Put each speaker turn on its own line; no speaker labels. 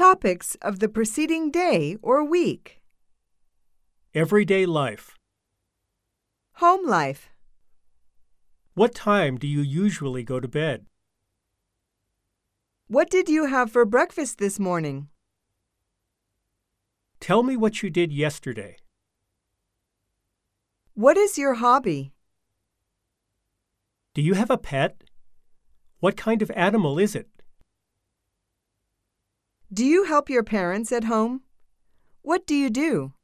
topics of the preceding day or week
Everyday life.
home life,
What time do you usually go to bed?
what did you have for breakfast this morning?
Tell me what you did yesterday.
What is your hobby?
Do you have a pet? What kind of animal is it?
Do you help your parents at home? What do you do?